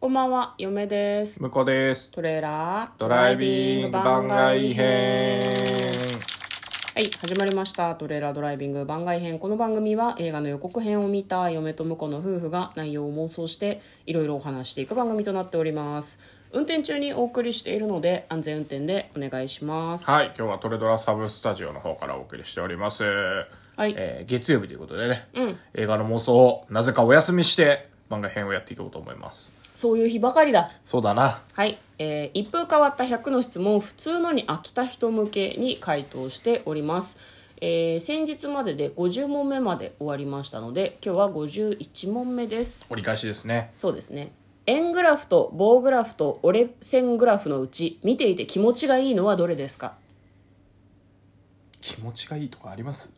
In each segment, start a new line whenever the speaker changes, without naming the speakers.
こんばんは、嫁です。
向こうです。
トレーラード
ドライビング番外編。
はい、始まりました。トレーラードライビング番外編。この番組は映画の予告編を見た嫁と婿の夫婦が内容を妄想していろいろお話していく番組となっております。運転中にお送りしているので安全運転でお願いします。
はい、今日はトレドラサブスタジオの方からお送りしております。
はい
えー月曜日ということでね、映画の妄想をなぜかお休みして番外編をやっていこうと思います。
そういう日ばかりだ。
そうだな。
はい、えー一風変わった100の質問普通のに飽きた人向けに回答しております、えー先日までで50問目まで終わりましたので今日は51問目です
折り返しですね。
そうですね円グラフと棒グラフと折れ線グラフのうち見ていて気持ちがいいのはどれですか
気持ちがいいとかあります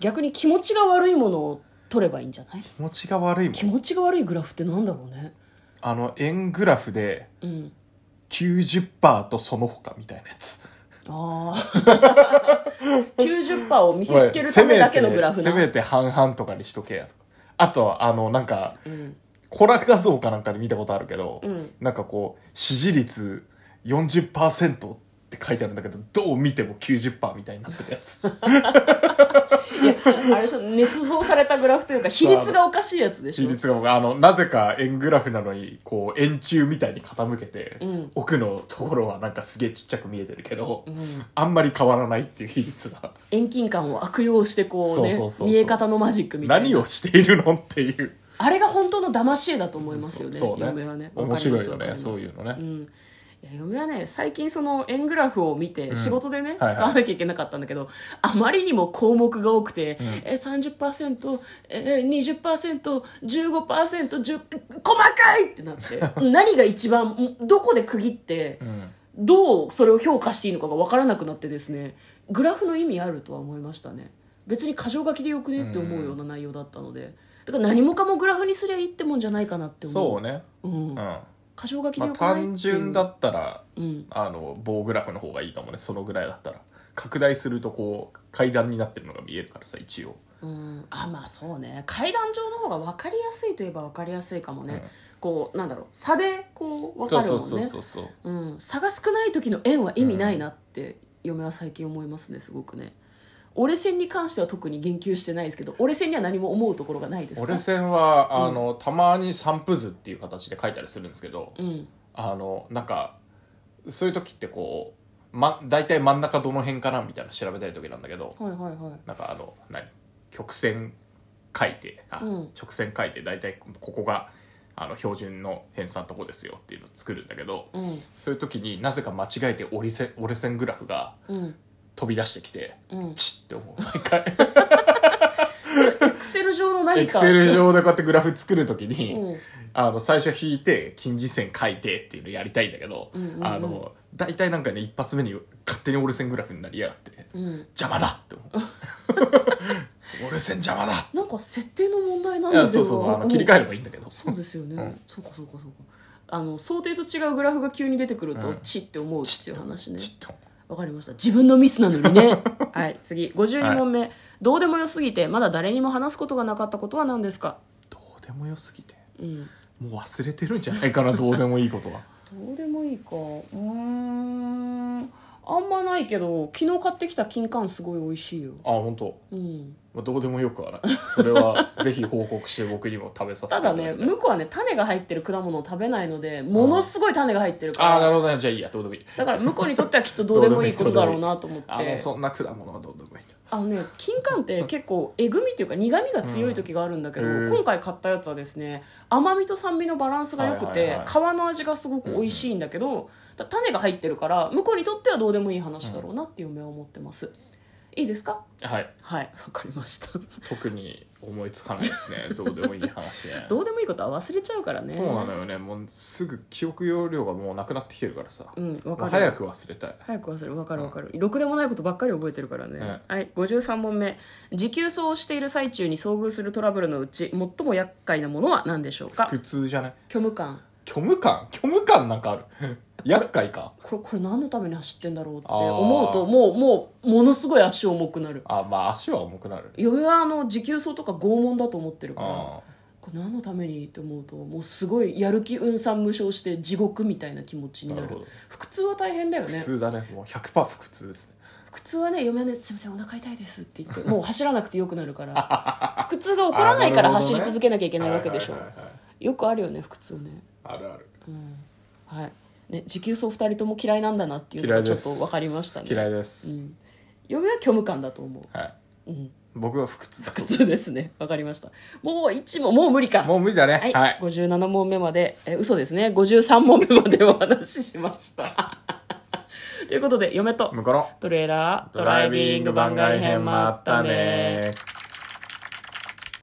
逆に気持ちが悪いものを取ればいいんじゃない
気持ちが悪いも
気
ん。
持ちが悪いグラフってなんだろうね
あの、円グラフで、
うん
90%とその他みたいなやつ。
ああ 90%を見せつけるためだけのグラフな
せめて半々とかにしとけやとか。あとは、あの、なんか、
うん
コラ画像かなんかで見たことあるけど、
うん
なんかこう支持率40%って書いてあるんだけどどう見ても90%みたいになってる やつ
あれでしょ捏造されたグラフというか比率がおかしいやつでし
比
ょ
率があのなぜか円グラフなのにこう円柱みたいに傾けて、
うん
奥のところはなんかすげえちっちゃく見えてるけど、
ん
あんまり変わらないっていう比率が
遠近感を悪用してこうね
そうそうそうそう
見え方のマジックみたいな
何をしているのっていう
あれが本当の騙し絵だと思いますよね
そうそうね
嫁はね
面白いよね
わかります
そういうのね
んいや嫁はね最近その円グラフを見て仕事でね、
はいはい
使わなきゃいけなかったんだけどあまりにも項目が多くて、え 30%20%15%10 10細かいってなって何が一番んどこで区切って、
うん
どうそれを評価していいのかが分からなくなってですねグラフの意味あるとは思いましたね別に箇条書きでよくねって思うような内容だったのでだから何もかもグラフにすりゃいいってもんじゃないかなって思う
そうね
うん
うん、ま
箇条書きで
あ
よくないっていう、
単純だったら
うん
あの棒グラフの方がいいかもねそのぐらいだったら拡大するとこう階段になってるのが見えるからさ一応
うん、あまあそうね階段状の方が分かりやすいといえば分かりやすいかもね、
うん
こうなんだろう差でこう分
そう
かるも
そうん
ね
そうそうそう
うん、差が少ない時の円は意味ないなって嫁は最近思いますねすごくね折れ線に関しては特に言及してないですけど折れ線には何も思うところがないですか
折れ線はあの、たまに散布図っていう形で書いたりするんですけど、
うん
あのなんかそういう時ってこう、ま、大体真ん中どの辺かなみたいなの調べたい時なんだけど、
はいはいはい
なんかあの何曲線書いてあ、
うん
直線書いて大体ここがあの標準の偏差のとこですよっていうのを作るんだけど、
うん
そういう時になぜか間違えて折り線折れ線グラフが
うん
飛び出してきて、
うん
チッって 思う毎回
エクセル上の何
エク
か
セル上でこうやってグラフ作る時に、
うん
あの最初引いて近似線書いてっていうのやりたいんだけど、
うんうんうん
あの大体なんかね一発目に勝手に折れ線グラフになりやがって
うん
邪魔だっ て思う折れ線邪魔だ
なんか設定の問題なん
い
だ
や
け
そ
ど
うそうそうあの切り替えればいいんだけど
そうですよね、
うん
そうかそうかそうかあの想定と違うグラフが急に出てくると、
うん
チって思うっていう話ね
チッと
わかりました。自分のミスなのにね。はい、次。52問目、どうでもよすぎて、まだ誰にも話すことがなかったことは何ですか
どうでもよすぎて
うん。
もう忘れてるんじゃないかなどうでもいいことは
どうでもいいか。うーん。あんまないけど、昨日買ってきた金柑すごい美味しいよ。
あ本当。
うん。
まあ、どうでもよくはないそれはぜひ報告して僕にも食べさせて
た
いた
だ
だきた
ね、
い
向こうはね、種が入ってる果物を食べないので、ものすごい種が入ってるから。
ああなるほどねじゃあいいやどうでもいい
だから向こうにとってはきっとどうでもいいことだろうなと思って。
あのそんな果物はどうでもいいんだ
あの ね金柑って結構えぐみというか苦みが強い時があるんだけど、
うんへー
今回買ったやつはですね甘みと酸味のバランスが良くて、
はいはいはい
皮の味がすごく美味しいんだけど、だ種が入ってるから向こうにとってはどうでもいい話だろうなっていう目は思ってます、いいですか
はい
はいわかりました
特に思いつかないですねどうでもいい話 ね
どうでもいいことは忘れちゃうからね
そうなのよねもうすぐ記憶容量がもうなくなってきてるからさ、
うんわかる
早く忘れたい
早く忘れるわかるわかる、ろくでもないことばっかり覚えてるからね、
ね
はい53問目持久走をしている最中に遭遇するトラブルのうち最も厄介なものは何でしょうか
苦痛じゃない
虚無感
虚無感虚無感なんか ある厄介か
これこれ何のために走ってんだろうって
あー
思うともうもうものすごい足重くなる
あまあ足は重くなる
嫁はあの持久走とか拷問だと思ってるから
あ
ここれ何のためにって思うともうすごいやる気運算無償して地獄みたいな気持ちにな
な
る
るほど
腹痛は大変だよね
普通だねもう100%腹痛ですね
腹痛はね嫁はね「すいませんお腹痛いです」って言ってもう走らなくてよくなるから 腹痛が起こらないから
あーなるほどね
走り続けなきゃいけないわけでしょ
はいはいはいはい
よくあるよね腹痛ね
あるある
はいね持久走2人とも嫌いなんだなっていうの
嫌い
がちょ
で
っと
す
分かりましたね
嫌い
で
です、
うん、嫁は虚無感だと思う
はい
うん
僕は腹痛だ
腹痛ですね分かりましたもう1問もう無理か
もう無理だね
はい、
はい
57問目までえ嘘ですね53問目までお話ししました ということで嫁と
向こうの
トレーラード
ドライビング番外編もあったね